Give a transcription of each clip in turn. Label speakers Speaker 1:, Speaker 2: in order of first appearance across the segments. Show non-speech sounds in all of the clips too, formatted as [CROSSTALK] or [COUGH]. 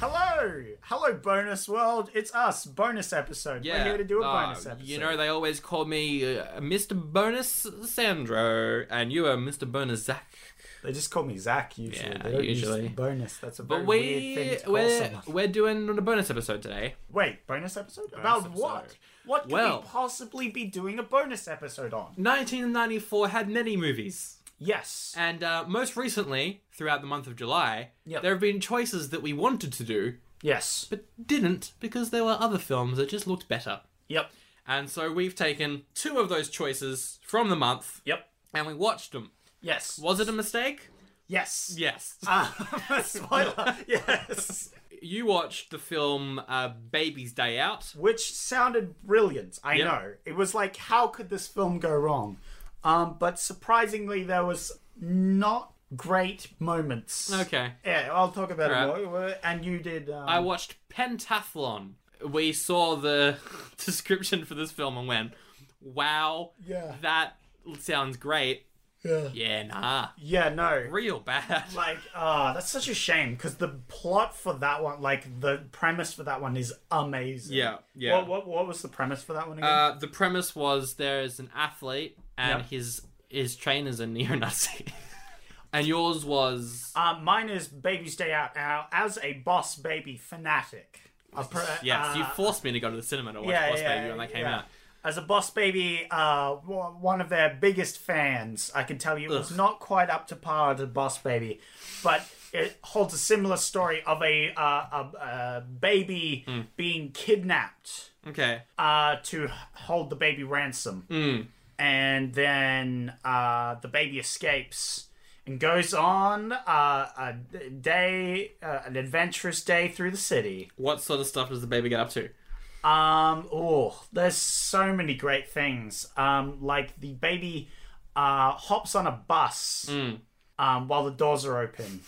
Speaker 1: Hello! Hello, bonus world. It's us, bonus episode. We're here to do a
Speaker 2: Ah,
Speaker 1: bonus episode.
Speaker 2: You know, they always call me uh, Mr. Bonus Sandro, and you are Mr. Bonus Zach.
Speaker 1: they just call me Zach usually.
Speaker 2: Yeah,
Speaker 1: they don't use
Speaker 2: usually.
Speaker 1: bonus. That's a very
Speaker 2: But
Speaker 1: weird thing
Speaker 2: we
Speaker 1: to call
Speaker 2: we're,
Speaker 1: someone.
Speaker 2: we're doing a bonus episode today.
Speaker 1: Wait, bonus episode? About
Speaker 2: episode.
Speaker 1: what? What could
Speaker 2: Well-
Speaker 1: we possibly be doing a bonus episode on?
Speaker 2: 1994 had many movies,
Speaker 1: Yes.
Speaker 2: and uh, most recently, throughout the month of July,
Speaker 1: Yep.
Speaker 2: there have been choices that we wanted to do
Speaker 1: yes.
Speaker 2: but didn't because there were other films that just looked better.
Speaker 1: Yep.
Speaker 2: And so we've taken two of those choices from the month
Speaker 1: Yep.
Speaker 2: and we watched them.
Speaker 1: Yes.
Speaker 2: Was it a mistake?
Speaker 1: Yes.
Speaker 2: Yes.
Speaker 1: Ah, [LAUGHS]
Speaker 2: [LAUGHS]
Speaker 1: spoiler. yes.
Speaker 2: You watched the film uh, Baby's Day Out.
Speaker 1: Which sounded brilliant. I
Speaker 2: Yep.
Speaker 1: know. It was like, how could this film go wrong? Um, but surprisingly, there was not great moments.
Speaker 2: Okay.
Speaker 1: Yeah, I'll talk about
Speaker 2: Alright.
Speaker 1: it more. And you did. Um,
Speaker 2: I watched Pentathlon. We saw the [LAUGHS] description for this film and went, wow,
Speaker 1: Yeah.
Speaker 2: that sounds great.
Speaker 1: Yeah.
Speaker 2: Yeah, nah.
Speaker 1: Yeah. No.
Speaker 2: Real bad.
Speaker 1: Like, ah, that's such a shame because the plot for that one, like the premise for that one, is amazing.
Speaker 2: Yeah, yeah.
Speaker 1: What, what, what was the premise for that one again?
Speaker 2: [LAUGHS] Uh, the premise was there's an athlete and
Speaker 1: Yep.
Speaker 2: his his trainer's a neo-Nazi. [LAUGHS] and yours was
Speaker 1: Uh, mine is Baby's Day Out now as a boss baby fanatic. A pro-
Speaker 2: yes, you
Speaker 1: uh,
Speaker 2: forced me to go to the cinema to watch
Speaker 1: yeah,
Speaker 2: Boss
Speaker 1: yeah,
Speaker 2: Baby when that came
Speaker 1: yeah.
Speaker 2: out.
Speaker 1: As a boss baby, uh, w- one of their biggest fans, I can tell you, it was not quite up to par to Boss Baby, but it holds a similar story of a uh, a, a baby
Speaker 2: Hmm.
Speaker 1: being kidnapped
Speaker 2: Okay.
Speaker 1: uh, to hold the baby ransom,
Speaker 2: Hmm.
Speaker 1: and then uh, the baby escapes and goes on uh, a day, uh, an adventurous day through the city.
Speaker 2: What sort of stuff does the baby get up to?
Speaker 1: Um, oh, there's so many great things. Um, like the baby uh, hops on a bus um, while the doors are open,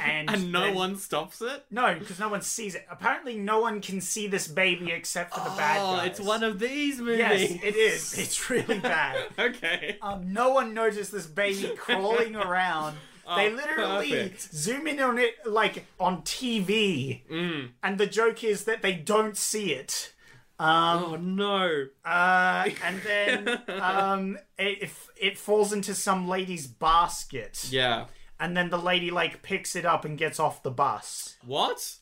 Speaker 1: and
Speaker 2: Mm. And no
Speaker 1: then-
Speaker 2: one stops it?
Speaker 1: No, because no one sees it. Apparently, no one can see this baby except for the bad
Speaker 2: Oh,
Speaker 1: guys.
Speaker 2: it's one of these movies.
Speaker 1: Yes, it is. It's really bad.
Speaker 2: okay.
Speaker 1: Um, no one noticed this baby
Speaker 2: [LAUGHS]
Speaker 1: crawling around. They literally
Speaker 2: Oh, perfect.
Speaker 1: zoom in on it like on TV,
Speaker 2: Mm.
Speaker 1: and the joke is that they don't see it.
Speaker 2: oh no.
Speaker 1: Uh, and
Speaker 2: [LAUGHS]
Speaker 1: then um, it, it it falls into some lady's basket,
Speaker 2: Yeah.
Speaker 1: and then the lady like picks it up and gets off the bus. [LAUGHS]
Speaker 2: What?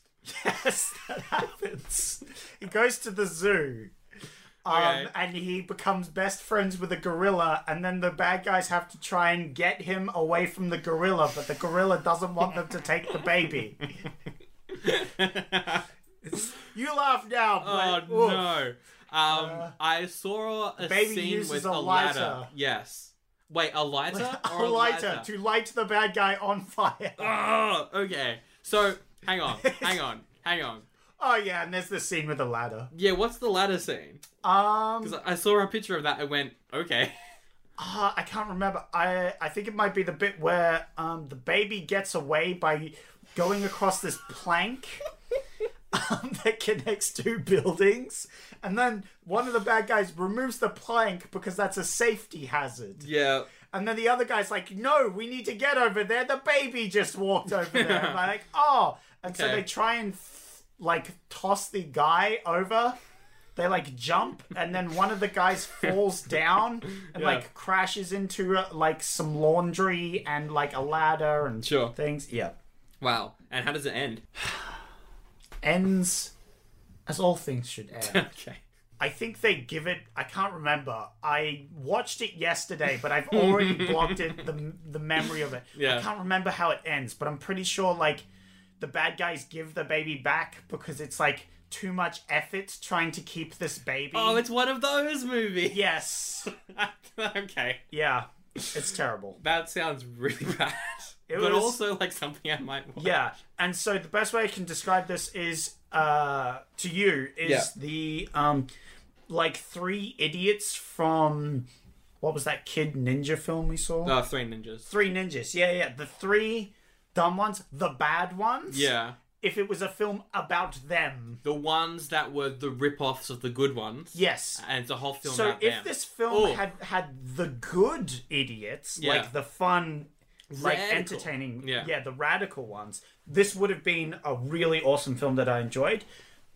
Speaker 1: Yes, that happens. He goes to the zoo. Um,
Speaker 2: Okay.
Speaker 1: And he becomes best friends with a gorilla, and then the bad guys have to try and get him away from the gorilla, but the gorilla doesn't want them to take the
Speaker 2: [LAUGHS]
Speaker 1: baby. It's- you laugh now,
Speaker 2: Oh
Speaker 1: but oof.
Speaker 2: no. Um, I saw a
Speaker 1: baby
Speaker 2: scene
Speaker 1: uses
Speaker 2: with
Speaker 1: a
Speaker 2: a, ladder.
Speaker 1: lighter.
Speaker 2: Yes. Wait, a lighter?
Speaker 1: [LAUGHS] a
Speaker 2: [LAUGHS] or a
Speaker 1: lighter to light the bad guy on fire. [LAUGHS]
Speaker 2: Oh, okay. So, hang on, hang on, hang on.
Speaker 1: Oh yeah, and there's the scene with the ladder.
Speaker 2: Yeah, what's the ladder scene?
Speaker 1: Um,
Speaker 2: Because I saw a picture of that and went, okay. [LAUGHS]
Speaker 1: uh, I can't remember. I I think it might be the bit where um the baby gets away by going across this plank. [LAUGHS] Um, that connects two buildings, and then one of the bad guys removes the plank because that's a safety hazard.
Speaker 2: Yeah.
Speaker 1: And then the other guy's like, "No, we need to get over there. The baby just walked over there." And
Speaker 2: [LAUGHS]
Speaker 1: I'm like, "Oh!" And so
Speaker 2: Okay.
Speaker 1: they try and like toss the guy over. They like jump, and then one of the guys
Speaker 2: [LAUGHS]
Speaker 1: falls down and
Speaker 2: Yeah.
Speaker 1: like crashes into uh, like some laundry and like a ladder and
Speaker 2: Sure.
Speaker 1: things. Yeah,
Speaker 2: Wow. And how does it end? [LAUGHS]
Speaker 1: ends as all things should end.
Speaker 2: Okay.
Speaker 1: I think they give it. I can't remember. I watched it yesterday, but I've
Speaker 2: [LAUGHS]
Speaker 1: already blocked it the the memory of it.
Speaker 2: Yeah.
Speaker 1: I can't remember how it ends, but I'm pretty sure like the bad guys give the baby back because it's like too much effort trying to keep this baby.
Speaker 2: [LAUGHS] Oh, it's one of those movies.
Speaker 1: yes,
Speaker 2: okay.
Speaker 1: yeah. It's terrible.
Speaker 2: That sounds really [LAUGHS] bad.
Speaker 1: It
Speaker 2: but
Speaker 1: was-
Speaker 2: also like something I might watch.
Speaker 1: Yeah, and so the best way I can describe this is uh, to you is
Speaker 2: Yeah.
Speaker 1: the um, like three idiots from what was that kid ninja film we saw?
Speaker 2: Oh, Three Ninjas.
Speaker 1: Three ninjas. Yeah, yeah. The three dumb ones, the bad ones.
Speaker 2: Yeah.
Speaker 1: If it was a film about them,
Speaker 2: The ones that were the rip-offs of the good ones.
Speaker 1: yes.
Speaker 2: And it's a whole film
Speaker 1: So
Speaker 2: about
Speaker 1: if
Speaker 2: them.
Speaker 1: this film
Speaker 2: Oh.
Speaker 1: had had the good idiots,
Speaker 2: Yeah.
Speaker 1: like the fun, like
Speaker 2: Radical.
Speaker 1: entertaining,
Speaker 2: Yeah.
Speaker 1: the radical ones, this would have been a really awesome film that I enjoyed.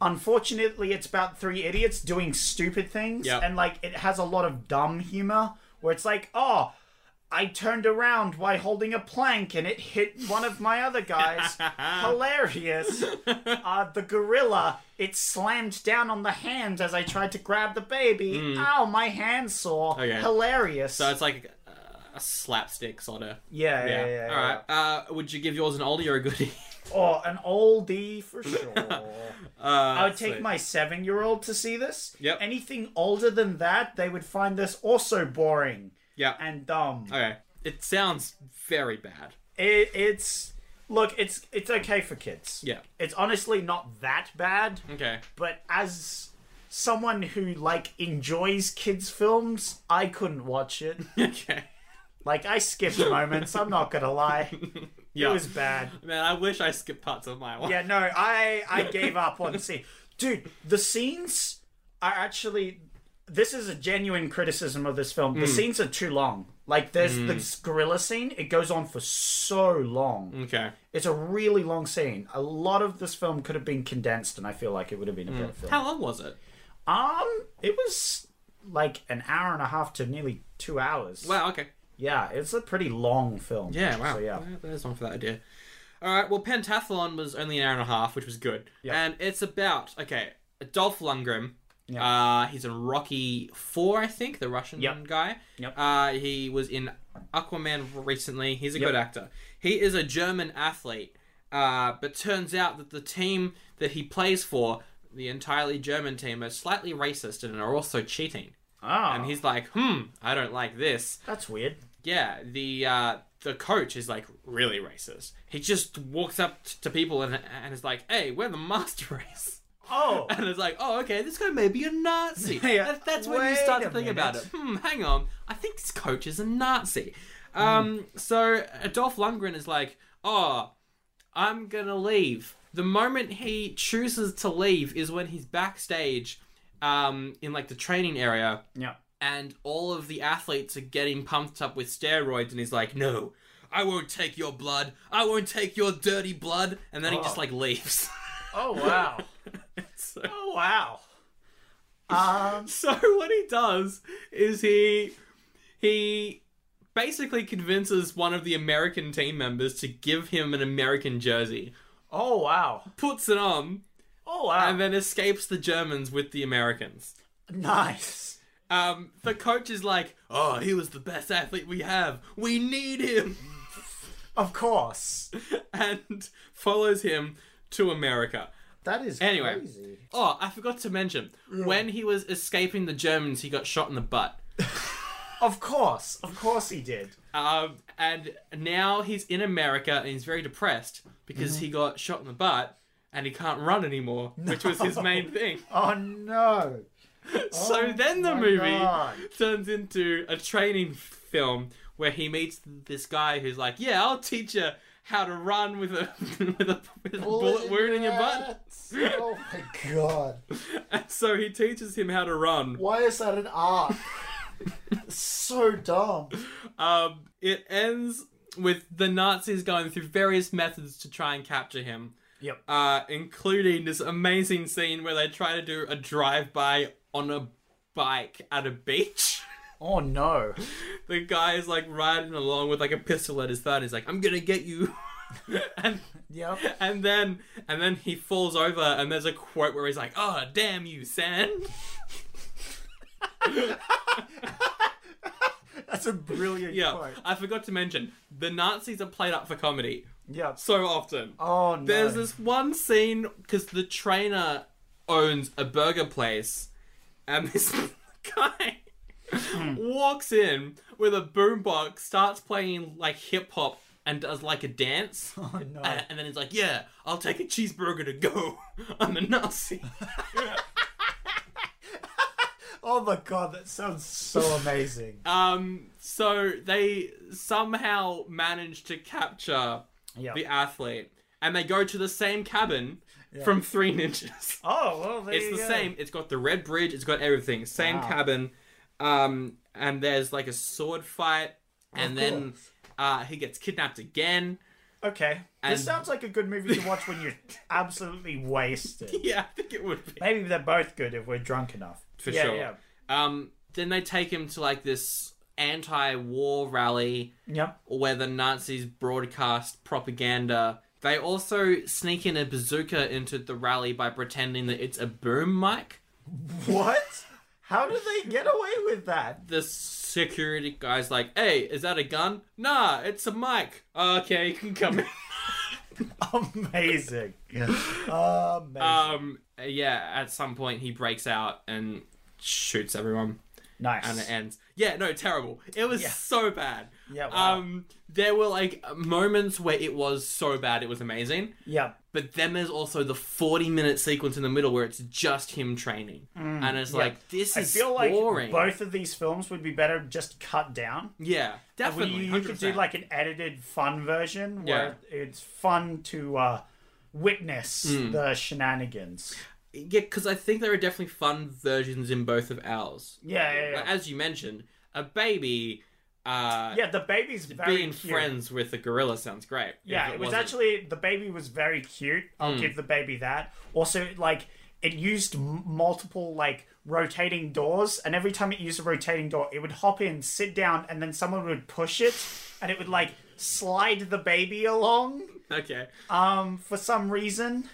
Speaker 1: Unfortunately, it's about three idiots doing stupid things,
Speaker 2: Yep.
Speaker 1: and like it has a lot of dumb humor where it's like, oh. I turned around while holding a plank and it hit one of my other
Speaker 2: [LAUGHS]
Speaker 1: guys. Hilarious. Uh, the gorilla, it slammed down on the hand as I tried to grab the baby. Ow, my hand sore.
Speaker 2: Hmm. Okay.
Speaker 1: Hilarious.
Speaker 2: So it's like uh, a slapstick sort of.
Speaker 1: yeah, yeah, yeah. yeah.
Speaker 2: All right. Uh, would you give yours an oldie or a goodie? [LAUGHS]
Speaker 1: Oh, an oldie for sure.
Speaker 2: Uh,
Speaker 1: I would take
Speaker 2: sweet.
Speaker 1: my seven year old to see this.
Speaker 2: Yep.
Speaker 1: Anything older than that, they would find this also boring
Speaker 2: yeah.
Speaker 1: and dumb.
Speaker 2: okay. It sounds very bad.
Speaker 1: It, it's. Look, it's it's okay for kids.
Speaker 2: Yeah.
Speaker 1: It's honestly not that bad.
Speaker 2: Okay. [LAUGHS]
Speaker 1: but as someone who like enjoys kids films i couldn't watch
Speaker 2: [LAUGHS]
Speaker 1: it
Speaker 2: Okay.
Speaker 1: like i skipped moments i'm not gonna
Speaker 2: [LAUGHS]
Speaker 1: lie
Speaker 2: Yeah.
Speaker 1: it was bad
Speaker 2: Man, I wish I skipped parts of my one.
Speaker 1: yeah no i i gave up on the scene dude the scenes are actually this is a genuine criticism of this film the
Speaker 2: Mm.
Speaker 1: scenes are too long like there's this gorilla scene it goes on for so long
Speaker 2: Okay.
Speaker 1: it's a really long scene a lot of this film could have been condensed and i feel like it would have been a better film
Speaker 2: How long was it?
Speaker 1: Um, it was like an hour and a half to nearly two hours.
Speaker 2: Wow. Okay.
Speaker 1: yeah, it's a pretty long film.
Speaker 2: Yeah. Wow.
Speaker 1: So, yeah.
Speaker 2: Well, There's one for that idea. All right. Well, Pentathlon was only an hour and a half, which was good. And it's about okay, Dolph Lundgren. Yeah. Uh, he's in Rocky Four, I think, the Russian
Speaker 1: Yep.
Speaker 2: guy.
Speaker 1: Yep.
Speaker 2: Uh, he was in Aquaman recently. He's a good actor. He is a German athlete, uh, but turns out that the team that he plays for, the entirely German team, are slightly racist and are also cheating.
Speaker 1: Oh,
Speaker 2: And he's like, hmm, I don't like this.
Speaker 1: that's weird.
Speaker 2: Yeah, the uh, the coach is like really racist. He just walks up t- to people and, and is like, "Hey, we're the master race." [LAUGHS]
Speaker 1: Oh,
Speaker 2: And it's like, "Oh, okay, this guy may be a Nazi."
Speaker 1: [LAUGHS] Yeah.
Speaker 2: That- that's when you
Speaker 1: Wait
Speaker 2: start
Speaker 1: a
Speaker 2: to think about it.
Speaker 1: minute.
Speaker 2: Hmm, hang on, I think this coach is a Nazi. Um, so Adolf Lundgren is like, "Oh, I'm gonna leave." The moment he chooses to leave is when he's backstage, um, in like the training area
Speaker 1: yeah.
Speaker 2: and all of the athletes are getting pumped up with steroids and he's like no i won't take your blood i won't take your dirty blood and then he just like leaves [LAUGHS]
Speaker 1: Oh wow.
Speaker 2: so,
Speaker 1: oh wow. Um.
Speaker 2: so what he does is he he basically convinces one of the american team members to give him an american jersey
Speaker 1: Oh wow.
Speaker 2: puts it on
Speaker 1: Oh wow.
Speaker 2: and then escapes the germans with the americans
Speaker 1: nice.
Speaker 2: um, the coach is like oh he was the best athlete we have we need him
Speaker 1: Of course.
Speaker 2: [LAUGHS] and follows him to America.
Speaker 1: That is
Speaker 2: Anyway.
Speaker 1: crazy.
Speaker 2: Oh, I forgot to mention when he was escaping the Germans, he got shot in the butt.
Speaker 1: Of course. Of course he did.
Speaker 2: Um, and now he's in America and he's very depressed because
Speaker 1: Mm-hmm.
Speaker 2: he got shot in the butt and he can't
Speaker 1: [LAUGHS]
Speaker 2: run anymore, which was his main thing.
Speaker 1: Oh no.
Speaker 2: so then the
Speaker 1: my
Speaker 2: movie
Speaker 1: God.
Speaker 2: turns into a training film where he meets this guy who's like, "Yeah, I'll teach you how to run with a [LAUGHS] with a, with a bullet wound in your butt."
Speaker 1: oh my god.
Speaker 2: And so he teaches him how to run.
Speaker 1: Why is that an
Speaker 2: [LAUGHS]
Speaker 1: art? so dumb.
Speaker 2: Um, it ends with the Nazis going through various methods to try and capture him,
Speaker 1: Yep.
Speaker 2: uh, including this amazing scene where they try to do a drive-by on a bike at a beach. [LAUGHS]
Speaker 1: Oh no.
Speaker 2: the guy is like riding along with like a pistol at his thigh. And he's like, "I'm gonna get you," [LAUGHS] and
Speaker 1: Yep.
Speaker 2: [LAUGHS] and then and then he falls over, and there's a quote where he's like, "Oh, damn you, sand."
Speaker 1: That's a brilliant
Speaker 2: [LAUGHS] Yeah,
Speaker 1: quote.
Speaker 2: [LAUGHS] I forgot to mention the Nazis are played up for comedy
Speaker 1: Yeah.
Speaker 2: so often.
Speaker 1: oh no.
Speaker 2: There's this one scene because the [LAUGHS] trainer owns a burger place, and this guy
Speaker 1: Hmm.
Speaker 2: walks in with a boombox, starts playing like hip hop, and does like a dance.
Speaker 1: [LAUGHS] Oh, no.
Speaker 2: Uh, and then he's like, "Yeah, I'll take a cheeseburger to go. [LAUGHS] I'm
Speaker 1: [LAUGHS]
Speaker 2: a Nazi."
Speaker 1: Oh my god, that sounds
Speaker 2: [LAUGHS]
Speaker 1: so amazing.
Speaker 2: Um, so they somehow manage to capture
Speaker 1: Yeah.
Speaker 2: the athlete, and they go to the same cabin from Three Ninjas.
Speaker 1: oh well, there
Speaker 2: it's
Speaker 1: you
Speaker 2: the
Speaker 1: go.
Speaker 2: same. It's got the red bridge. It's got everything. Same cabin. Um, and there's like a sword fight, and then uh, he gets kidnapped again. [LAUGHS]
Speaker 1: Okay,
Speaker 2: And-
Speaker 1: this sounds like a good movie
Speaker 2: [LAUGHS]
Speaker 1: to watch when you're absolutely wasted.
Speaker 2: Yeah, I think it would be
Speaker 1: Maybe they're both good if we're drunk enough.
Speaker 2: for
Speaker 1: yeah,
Speaker 2: sure.
Speaker 1: Yeah.
Speaker 2: Um, then they take him to like this anti-war rally.
Speaker 1: Yep.
Speaker 2: where the Nazis broadcast propaganda. They also sneak in a bazooka into the rally by pretending that it's a boom mic.
Speaker 1: What? How do they get away with that? [LAUGHS]
Speaker 2: The security guy's like, hey, is that a gun? Nah, it's a mic. Okay, you can come in. [LAUGHS]
Speaker 1: Amazing. Amazing.
Speaker 2: um, yeah, at some point he breaks out and shoots everyone.
Speaker 1: nice.
Speaker 2: and it ends. Yeah, no, terrible. It was so bad.
Speaker 1: Yeah, wow.
Speaker 2: Um, there were like moments where it was so bad it was amazing.
Speaker 1: yeah.
Speaker 2: But then there's also the 40 minute sequence in the middle where it's just him training. and it's like, this
Speaker 1: Mm, I
Speaker 2: is
Speaker 1: feel like
Speaker 2: boring.
Speaker 1: both of these films would be better just cut down.
Speaker 2: yeah,
Speaker 1: We-
Speaker 2: definitely.
Speaker 1: you could do
Speaker 2: 100%.
Speaker 1: like an edited fun version where it's fun to uh, witness
Speaker 2: Hmm.
Speaker 1: the shenanigans.
Speaker 2: Yeah, because I think there are definitely fun versions in both of ours.
Speaker 1: Yeah, yeah,
Speaker 2: But
Speaker 1: yeah.
Speaker 2: as you mentioned, a baby uh,
Speaker 1: yeah the baby's very
Speaker 2: being
Speaker 1: cute.
Speaker 2: friends with a gorilla sounds great.
Speaker 1: Yeah,
Speaker 2: If
Speaker 1: it, was
Speaker 2: wasn't- Hmm.
Speaker 1: actually the baby was very cute. I'll give the baby that. Also, like it used m- multiple like rotating doors, and every time it used a rotating door, it would hop in, sit down, and then someone would push it, and it would like slide the baby along
Speaker 2: Okay.
Speaker 1: um, for some reason.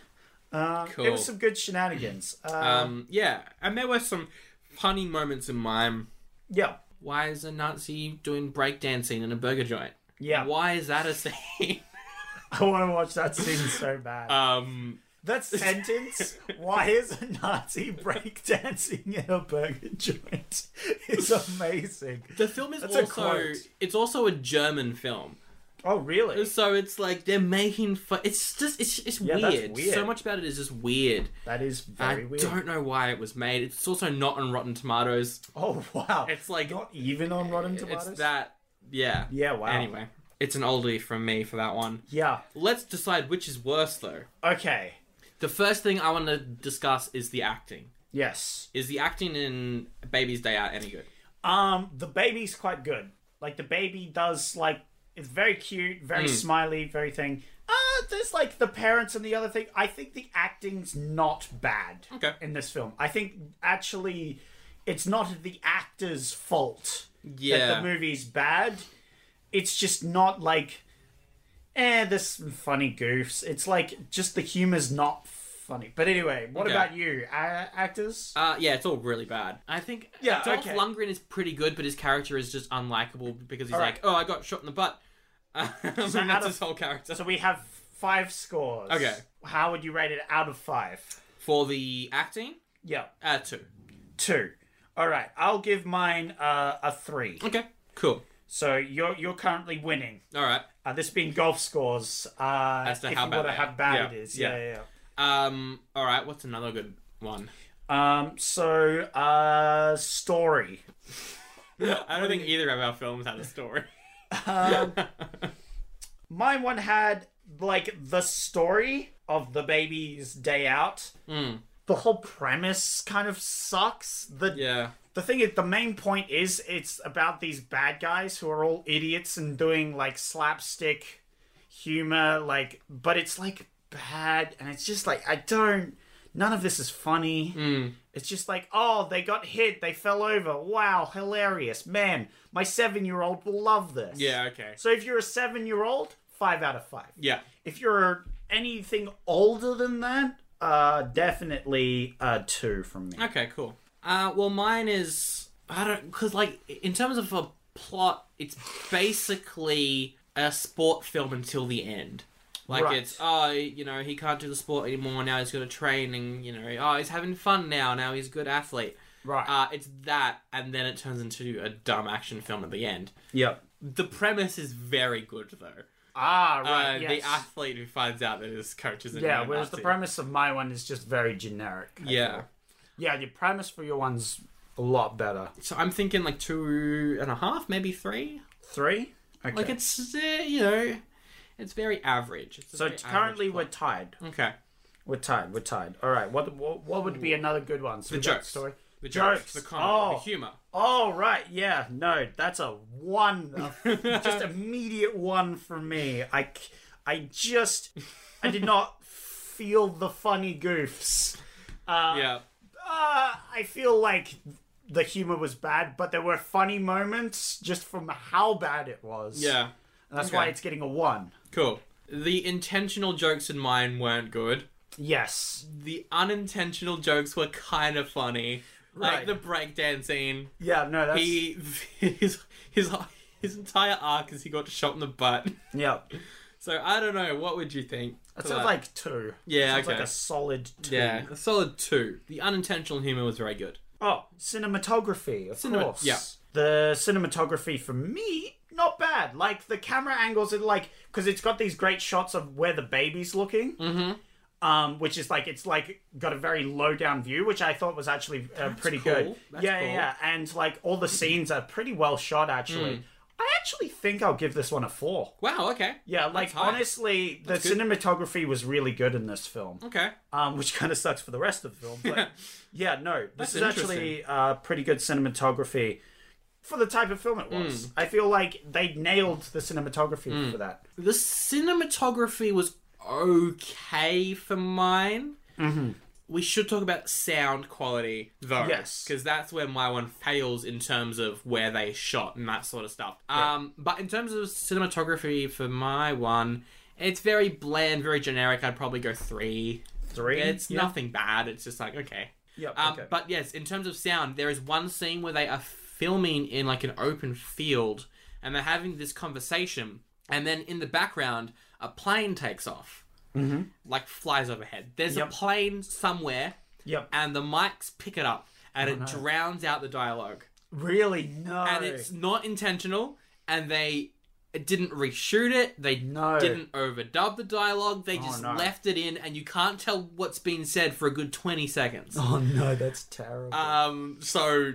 Speaker 2: cool.
Speaker 1: It was some good
Speaker 2: [CLEARS THROAT]
Speaker 1: shenanigans. Uh,
Speaker 2: um, yeah, and there were some funny moments in mime.
Speaker 1: yeah,
Speaker 2: Why is a Nazi doing breakdancing in a burger joint?
Speaker 1: Yeah.
Speaker 2: Why is that a thing? [LAUGHS]
Speaker 1: I want to watch that scene so bad.
Speaker 2: Um, [LAUGHS]
Speaker 1: that sentence, why is a Nazi breakdancing in a burger joint, [LAUGHS] is amazing.
Speaker 2: the film is
Speaker 1: That's a
Speaker 2: also
Speaker 1: quote.
Speaker 2: it's also a German film,
Speaker 1: Oh, really?
Speaker 2: so it's like they're making fun. It's just it's it's
Speaker 1: Yeah, that's
Speaker 2: weird.
Speaker 1: weird.
Speaker 2: So much about it is just weird.
Speaker 1: That is very
Speaker 2: I
Speaker 1: weird.
Speaker 2: don't know why it was made. It's also not on Rotten Tomatoes.
Speaker 1: Oh wow!
Speaker 2: It's like-
Speaker 1: not even on Rotten Tomatoes.
Speaker 2: It's that yeah
Speaker 1: Yeah, wow.
Speaker 2: Anyway, it's an oldie from me for that one.
Speaker 1: Yeah.
Speaker 2: Let's decide which is worse though.
Speaker 1: Okay.
Speaker 2: The first thing I want to discuss is the acting.
Speaker 1: Yes.
Speaker 2: Is the acting in Baby's Day Out any good?
Speaker 1: Um, the baby's quite good. Like the baby does like it's very cute, very
Speaker 2: Hmm.
Speaker 1: smiley, very thing. Uh, there's like the parents and the other thing. I think the acting's not bad
Speaker 2: Okay.
Speaker 1: in this film. I think actually, it's not the actor's fault that
Speaker 2: Yeah.
Speaker 1: the movie's bad. It's just not like, eh, there's some funny goofs. It's like just the humor's not funny. But anyway, what
Speaker 2: Okay.
Speaker 1: about you, uh, actors?
Speaker 2: Uh, yeah, it's all really bad. I think
Speaker 1: Yeah,
Speaker 2: Dolph
Speaker 1: okay.
Speaker 2: Lundgren is pretty good, but his character is just unlikable because he's like,
Speaker 1: right.
Speaker 2: oh, I got shot in the butt. [LAUGHS] Um, and
Speaker 1: out
Speaker 2: that's
Speaker 1: of-
Speaker 2: his whole character.
Speaker 1: so we have five scores.
Speaker 2: Okay.
Speaker 1: How would you rate it out of five?
Speaker 2: For the acting,
Speaker 1: Yeah,
Speaker 2: uh, two.
Speaker 1: two. All right, I'll give mine uh, a three.
Speaker 2: Okay, cool.
Speaker 1: So you're you're currently winning.
Speaker 2: All right.
Speaker 1: Uh, this being golf scores. Uh,
Speaker 2: As to
Speaker 1: if
Speaker 2: how
Speaker 1: you
Speaker 2: bad
Speaker 1: wanna
Speaker 2: they
Speaker 1: how
Speaker 2: are.
Speaker 1: bad
Speaker 2: Yeah,
Speaker 1: it is.
Speaker 2: yeah.
Speaker 1: yeah, yeah.
Speaker 2: Um, all right. What's another good one?
Speaker 1: yeah. Um. So, uh, story.
Speaker 2: [LAUGHS] I don't think either of our films had a story.
Speaker 1: Mine one had like the story of the baby's day out.
Speaker 2: Hmm.
Speaker 1: The whole premise kind of sucks. The
Speaker 2: yeah.
Speaker 1: the thing is, the main point is it's about these bad guys who are all idiots and doing like slapstick humor, like, but it's like bad, and it's just like I don't. None of this is funny.
Speaker 2: Mm.
Speaker 1: It's just like, oh, they got hit, they fell over. Wow, hilarious, man! My seven-year-old will love this.
Speaker 2: [LAUGHS] Yeah. Okay.
Speaker 1: So if you're a seven year old, five out of five.
Speaker 2: Yeah.
Speaker 1: If you're anything older than that, uh, definitely a two from me.
Speaker 2: Okay, cool. Uh, well, mine is I don't because like in terms of a plot, it's basically a sport film until the end. Like
Speaker 1: Right.
Speaker 2: it's oh you know he can't do the sport anymore now he's got to train and you know oh he's having fun now now he's a good athlete.
Speaker 1: Right.
Speaker 2: Uh, it's that, and then it turns into a dumb action film at the end.
Speaker 1: Yep.
Speaker 2: The premise is very good, though.
Speaker 1: Ah,
Speaker 2: Uh,
Speaker 1: right. yes.
Speaker 2: The athlete who finds out that his coach is a
Speaker 1: yeah,
Speaker 2: neo-Nazi.
Speaker 1: whereas the premise of my one is just very generic. I
Speaker 2: Yeah.
Speaker 1: feel. Yeah, your premise for your one's a lot better.
Speaker 2: So I'm thinking like two and a half, maybe three.
Speaker 1: Three? Okay.
Speaker 2: Like it's uh, you know, it's very average. It's a
Speaker 1: so
Speaker 2: very
Speaker 1: t- currently
Speaker 2: average
Speaker 1: we're tied.
Speaker 2: plot. okay.
Speaker 1: We're tied. We're tied. All right. What what, what would be another good one? So
Speaker 2: The
Speaker 1: we got
Speaker 2: jokes,
Speaker 1: Story.
Speaker 2: the jokes, the comedy,
Speaker 1: Oh.
Speaker 2: the humor.
Speaker 1: Oh right, yeah, no, that's a one,
Speaker 2: [LAUGHS]
Speaker 1: a- just immediate one for me. I, c- I just, I did not feel the funny goofs.
Speaker 2: yeah,
Speaker 1: Uh, I feel like the humor was bad, but there were funny moments just from how bad it was.
Speaker 2: yeah,
Speaker 1: and that's why
Speaker 2: okay.
Speaker 1: it's getting a one.
Speaker 2: cool. The intentional jokes in mine weren't good.
Speaker 1: Yes,
Speaker 2: The unintentional jokes were kind of funny,
Speaker 1: Right.
Speaker 2: like the breakdancing.
Speaker 1: yeah, no, that's
Speaker 2: He [LAUGHS] his his his entire arc is he got shot in the butt.
Speaker 1: yeah.
Speaker 2: So I don't know. What would you think?
Speaker 1: That
Speaker 2: for
Speaker 1: sounds like two.
Speaker 2: Yeah,
Speaker 1: sounds
Speaker 2: okay.
Speaker 1: like a solid two.
Speaker 2: yeah, a solid two. The unintentional humor was very good.
Speaker 1: Oh, cinematography, of
Speaker 2: Cinema-
Speaker 1: course.
Speaker 2: yeah.
Speaker 1: The cinematography for me, not bad. Like the camera angles are like because it's got these great shots of where the baby's looking. Mm-hmm. Um, which is like it's like got a very low down view, which I thought was actually uh, pretty
Speaker 2: cool.
Speaker 1: good.
Speaker 2: That's
Speaker 1: yeah,
Speaker 2: cool.
Speaker 1: yeah, yeah, and like all the scenes are pretty well shot.
Speaker 2: Mm.
Speaker 1: Actually, I actually think I'll give this one a four.
Speaker 2: Wow. Okay.
Speaker 1: Yeah, like
Speaker 2: high.
Speaker 1: honestly, the
Speaker 2: good.
Speaker 1: cinematography was really good in this film
Speaker 2: Okay.
Speaker 1: um, which kind of sucks for the rest of the film.
Speaker 2: [LAUGHS]
Speaker 1: But yeah, no, this
Speaker 2: That's
Speaker 1: is actually uh, pretty good cinematography for the type of film it
Speaker 2: Hmm.
Speaker 1: was. I feel like they nailed the cinematography for that.
Speaker 2: The cinematography was okay for mine. Mm-hmm. We should talk about sound quality, though.
Speaker 1: Yes.
Speaker 2: Because that's where my one fails in terms of where they shot and that sort of stuff. Um, but in terms of cinematography for my one, it's very bland, very generic. I'd probably go three.
Speaker 1: Three.
Speaker 2: It's
Speaker 1: yeah.
Speaker 2: nothing bad. It's just like, okay.
Speaker 1: Yep,
Speaker 2: Um,
Speaker 1: okay.
Speaker 2: But yes, in terms of sound, there is one scene where they are filming in like an open field and they're having this conversation, and then in the background, a plane takes off, mm-hmm. like flies overhead. There's a
Speaker 1: Yep.
Speaker 2: plane somewhere,
Speaker 1: Yep.
Speaker 2: and the mics pick it up
Speaker 1: Oh,
Speaker 2: and it drowns out the dialogue.
Speaker 1: Really? No.
Speaker 2: And it's not intentional, and they didn't reshoot it. They
Speaker 1: No. Oh,
Speaker 2: didn't overdub the dialogue. They just
Speaker 1: no.
Speaker 2: left it in, and you can't tell what's been said for a good twenty seconds.
Speaker 1: [LAUGHS] Oh no, that's terrible.
Speaker 2: Um, so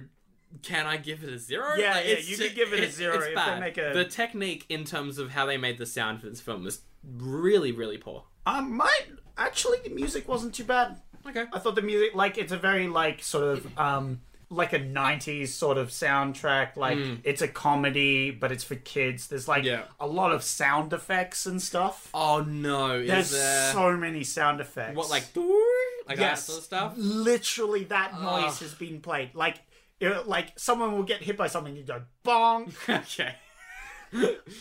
Speaker 2: can I give it a zero?
Speaker 1: Yeah, yeah,
Speaker 2: it's
Speaker 1: you
Speaker 2: ju-
Speaker 1: could give it a zero
Speaker 2: it's
Speaker 1: if they
Speaker 2: bad.
Speaker 1: make a-
Speaker 2: The technique in terms of how they made the sound for this film was really, really poor.
Speaker 1: um, my actually, the music wasn't too bad.
Speaker 2: Okay.
Speaker 1: I thought the music, like, it's a very like sort of um, like a '90s sort of soundtrack. Like, it's a comedy, but it's for kids. There's like
Speaker 2: Hmm. Yeah.
Speaker 1: a lot of sound effects and stuff.
Speaker 2: Oh no! is
Speaker 1: There's
Speaker 2: there-
Speaker 1: so many sound effects.
Speaker 2: what like like that sort of stuff.
Speaker 1: Literally, that noise has been played. Like, it, like someone will get hit by something, you go bonk.
Speaker 2: okay.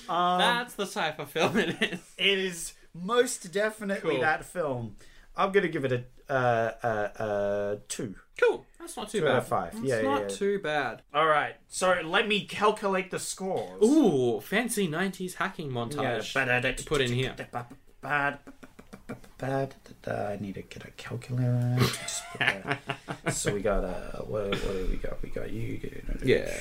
Speaker 1: Um,
Speaker 2: That's the type of film it is.
Speaker 1: it is most definitely
Speaker 2: Cool.
Speaker 1: that film. I'm gonna give it a uh, uh, uh, two.
Speaker 2: Cool. That's not too
Speaker 1: out
Speaker 2: bad.
Speaker 1: of five.
Speaker 2: That's
Speaker 1: Yeah, yeah,
Speaker 2: not
Speaker 1: yeah.
Speaker 2: too bad.
Speaker 1: All right, so let me calculate the scores.
Speaker 2: Ooh, fancy '90s hacking montage.
Speaker 1: Yeah.
Speaker 2: Put in here.
Speaker 1: I need to get a calculator. Just put that- so we got uh, what, what do we got? We got you.
Speaker 2: Yeah.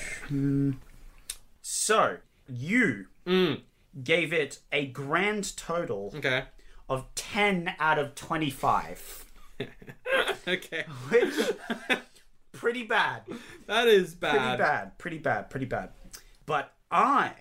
Speaker 1: So you
Speaker 2: Mm.
Speaker 1: gave it a grand total
Speaker 2: Okay.
Speaker 1: of ten out of twenty-five,
Speaker 2: Okay.
Speaker 1: which
Speaker 2: [LAUGHS]
Speaker 1: pretty bad, pretty
Speaker 2: That is bad.
Speaker 1: bad, pretty bad, pretty bad. But I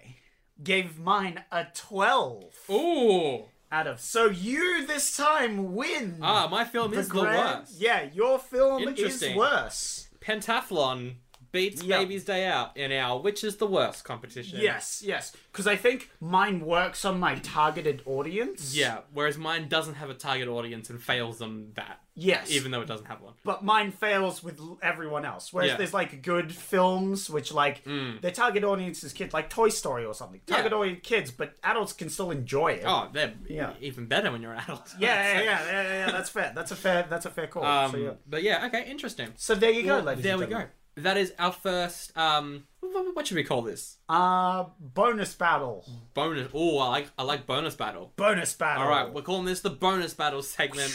Speaker 1: gave mine a twelve
Speaker 2: Ooh.
Speaker 1: out of. So you this time win.
Speaker 2: Ah, my film is the
Speaker 1: grand-
Speaker 2: worst.
Speaker 1: Yeah, your film is
Speaker 2: Interesting.
Speaker 1: worse.
Speaker 2: Pentathlon beats
Speaker 1: Yeah.
Speaker 2: Baby's Day Out in our Which is the Worst competition.
Speaker 1: Yes, yes. Because I think mine works on my targeted audience.
Speaker 2: Yeah, whereas mine doesn't have a target audience and fails them that.
Speaker 1: Yes.
Speaker 2: Even though it doesn't have one.
Speaker 1: but mine fails with l- everyone else. Whereas
Speaker 2: Yeah. Mm.
Speaker 1: there's like good films which like their target audience is kids, like Toy Story or something. Target
Speaker 2: Yeah.
Speaker 1: audience kids, but adults can still enjoy it.
Speaker 2: Oh, they're
Speaker 1: Yeah.
Speaker 2: even better when you're an adult.
Speaker 1: Yeah,
Speaker 2: [LAUGHS]
Speaker 1: yeah, yeah, yeah, yeah, yeah, That's fair. That's a fair. That's a fair call.
Speaker 2: Um,
Speaker 1: so, yeah.
Speaker 2: But yeah, okay, interesting.
Speaker 1: so there you go, ladies.
Speaker 2: there
Speaker 1: and
Speaker 2: we go.
Speaker 1: gentlemen.
Speaker 2: That is our first, um, wh- wh- what should we call this?
Speaker 1: Uh, bonus battle.
Speaker 2: Bonus. Oh, I like, I like bonus battle.
Speaker 1: Bonus battle.
Speaker 2: All right, we're calling this the bonus battle Uh, segment.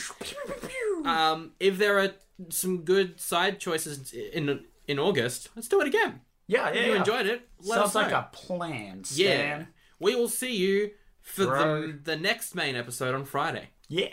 Speaker 2: Um, if there are some good side choices in in August, let's do it again.
Speaker 1: Yeah, yeah.
Speaker 2: If you
Speaker 1: yeah.
Speaker 2: enjoyed it, let
Speaker 1: Sounds
Speaker 2: us know.
Speaker 1: like a plan,
Speaker 2: yeah.
Speaker 1: Stan.
Speaker 2: We will see you for
Speaker 1: Bro.
Speaker 2: the, the next main episode on Friday.
Speaker 1: Yeah.